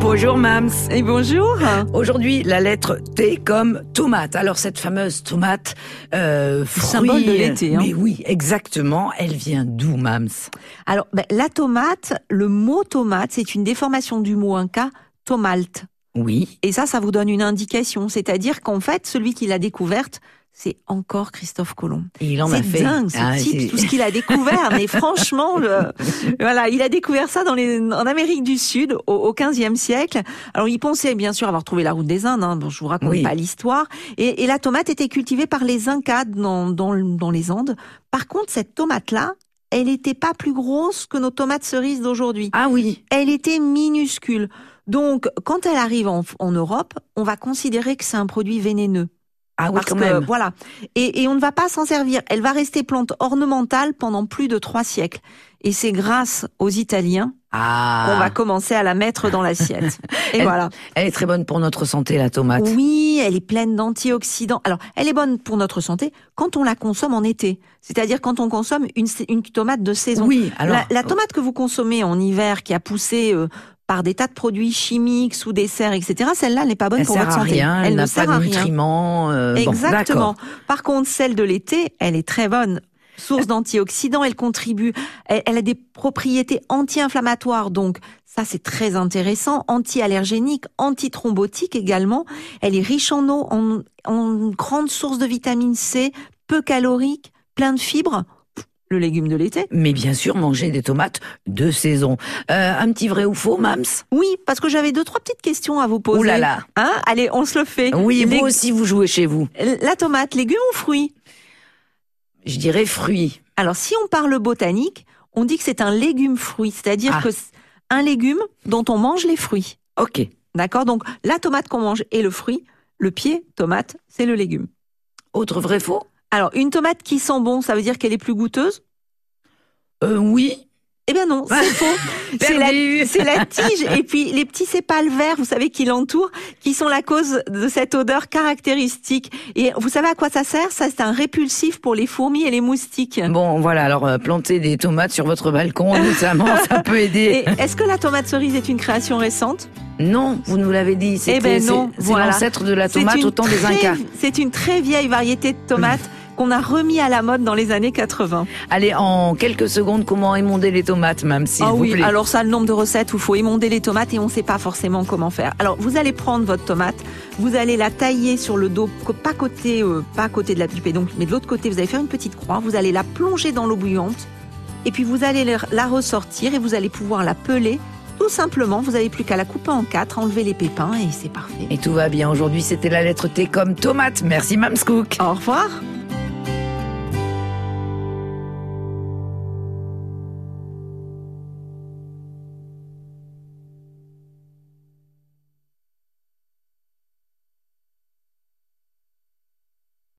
Bonjour Mams. Et bonjour. Aujourd'hui, la lettre T comme tomate. Alors cette fameuse tomate, euh, fruit, Symbole de l'été, hein. Mais oui, exactement. Elle vient d'où, Mams Alors, ben, la tomate, le mot tomate, c'est une déformation du mot inca tomalt. Oui. Et ça, ça vous donne une indication. C'est-à-dire qu'en fait, celui qui l'a découverte, c'est encore Christophe Colomb. Et il en a C'est fait. dingue, ce Ah, c'est- type, tout ce qu'il a découvert. Mais franchement, le- voilà, il a découvert ça dans les, en Amérique du Sud au, au 15e siècle. Alors, il pensait bien sûr avoir trouvé la route des Indes. Hein. Bon, je vous raconte Oui. pas l'histoire. Et, et la tomate était cultivée par les Incas dans, dans, le- dans les Andes. Par contre, cette tomate-là, elle n'était pas plus grosse que nos tomates cerises d'aujourd'hui Ah oui. elle était minuscule. Donc, quand elle arrive en, en Europe, on va considérer que c'est un produit vénéneux. Ah oui, parce quand que, même. voilà. Et, et on ne va pas s'en servir. Elle va rester plante ornementale pendant plus de trois siècles. Et c'est grâce aux Italiens Ah. qu'on va commencer à la mettre dans l'assiette. et Elle- voilà. Elle est très bonne pour notre santé, la tomate. Oui, elle est pleine d'antioxydants. Alors, elle est bonne pour notre santé quand on la consomme en été. C'est-à-dire quand on consomme une, sa- une tomate de saison. Oui, alors. La, la tomate que vous consommez en hiver, qui a poussé euh, par des tas de produits chimiques, sous desserts, etc., celle-là elle n'est pas bonne elle pour sert votre à santé. rien. elle Elle ne n'a sert pas de à rien. nutriments. euh, bon, Exactement. d'accord. Euh. par contre, celle de l'été, elle est très bonne. Source d'antioxydants, elle contribue. Elle, elle a des propriétés anti-inflammatoires, donc ça c'est très intéressant. Anti-allergénique, antithrombotique également. Elle est riche en eau, en, en grande source de vitamine C, peu calorique, plein de fibres. Pff, Le légume de l'été. Mais bien sûr, manger des tomates de saison. Euh, un petit vrai ou faux, Mams Oui, parce que j'avais deux, trois petites questions à vous poser. Ouh là là. Hein Allez, on se le fait. Oui, Les- vous aussi, vous jouez chez vous. La tomate, légumes ou fruits Je dirais fruits. Alors, si on parle botanique, on dit que c'est un légume-fruit, c'est-à-dire Ah. que c'est un légume dont on mange les fruits. Ok. D'accord Donc, la tomate qu'on mange et le fruit, le pied, tomate, c'est le légume. Autre vrai faux Alors, une tomate qui sent bon, ça veut dire qu'elle est plus goûteuse euh, Oui. Eh bien non, c'est faux. C'est la Perdu. C'est la tige et puis les petits sépales verts, vous savez, qui l'entourent, qui sont la cause de cette odeur caractéristique. Et vous savez à quoi ça sert Ça, c'est un répulsif pour les fourmis et les moustiques. Bon, voilà, alors euh, planter des tomates sur votre balcon, notamment, ça peut Et aider. est-ce que la tomate cerise est une création récente Non, vous nous l'avez dit, c'était ben non, c'est- c'est voilà. l'ancêtre de la C'est tomate une au temps des très- Incas. C'est une très vieille variété de tomates qu'on a remis à la mode dans les années 80. Allez, en quelques secondes, comment émonder les tomates, même s'il Ah vous oui, plaît alors ça, le nombre de recettes où il faut émonder les tomates et on ne sait pas forcément comment faire. Alors, vous allez prendre votre tomate, vous allez la tailler sur le dos, co- pas côté, euh, pas à côté de la pipée, donc, mais de l'autre côté, vous allez faire une petite croix, vous allez la plonger dans l'eau bouillante et puis vous allez la- la ressortir et vous allez pouvoir la peler. Tout simplement, vous n'avez plus qu'à la couper en quatre, enlever les pépins et c'est parfait. Et tout va bien. Aujourd'hui, c'était la lettre T comme tomate. Merci, Mamscook. Au revoir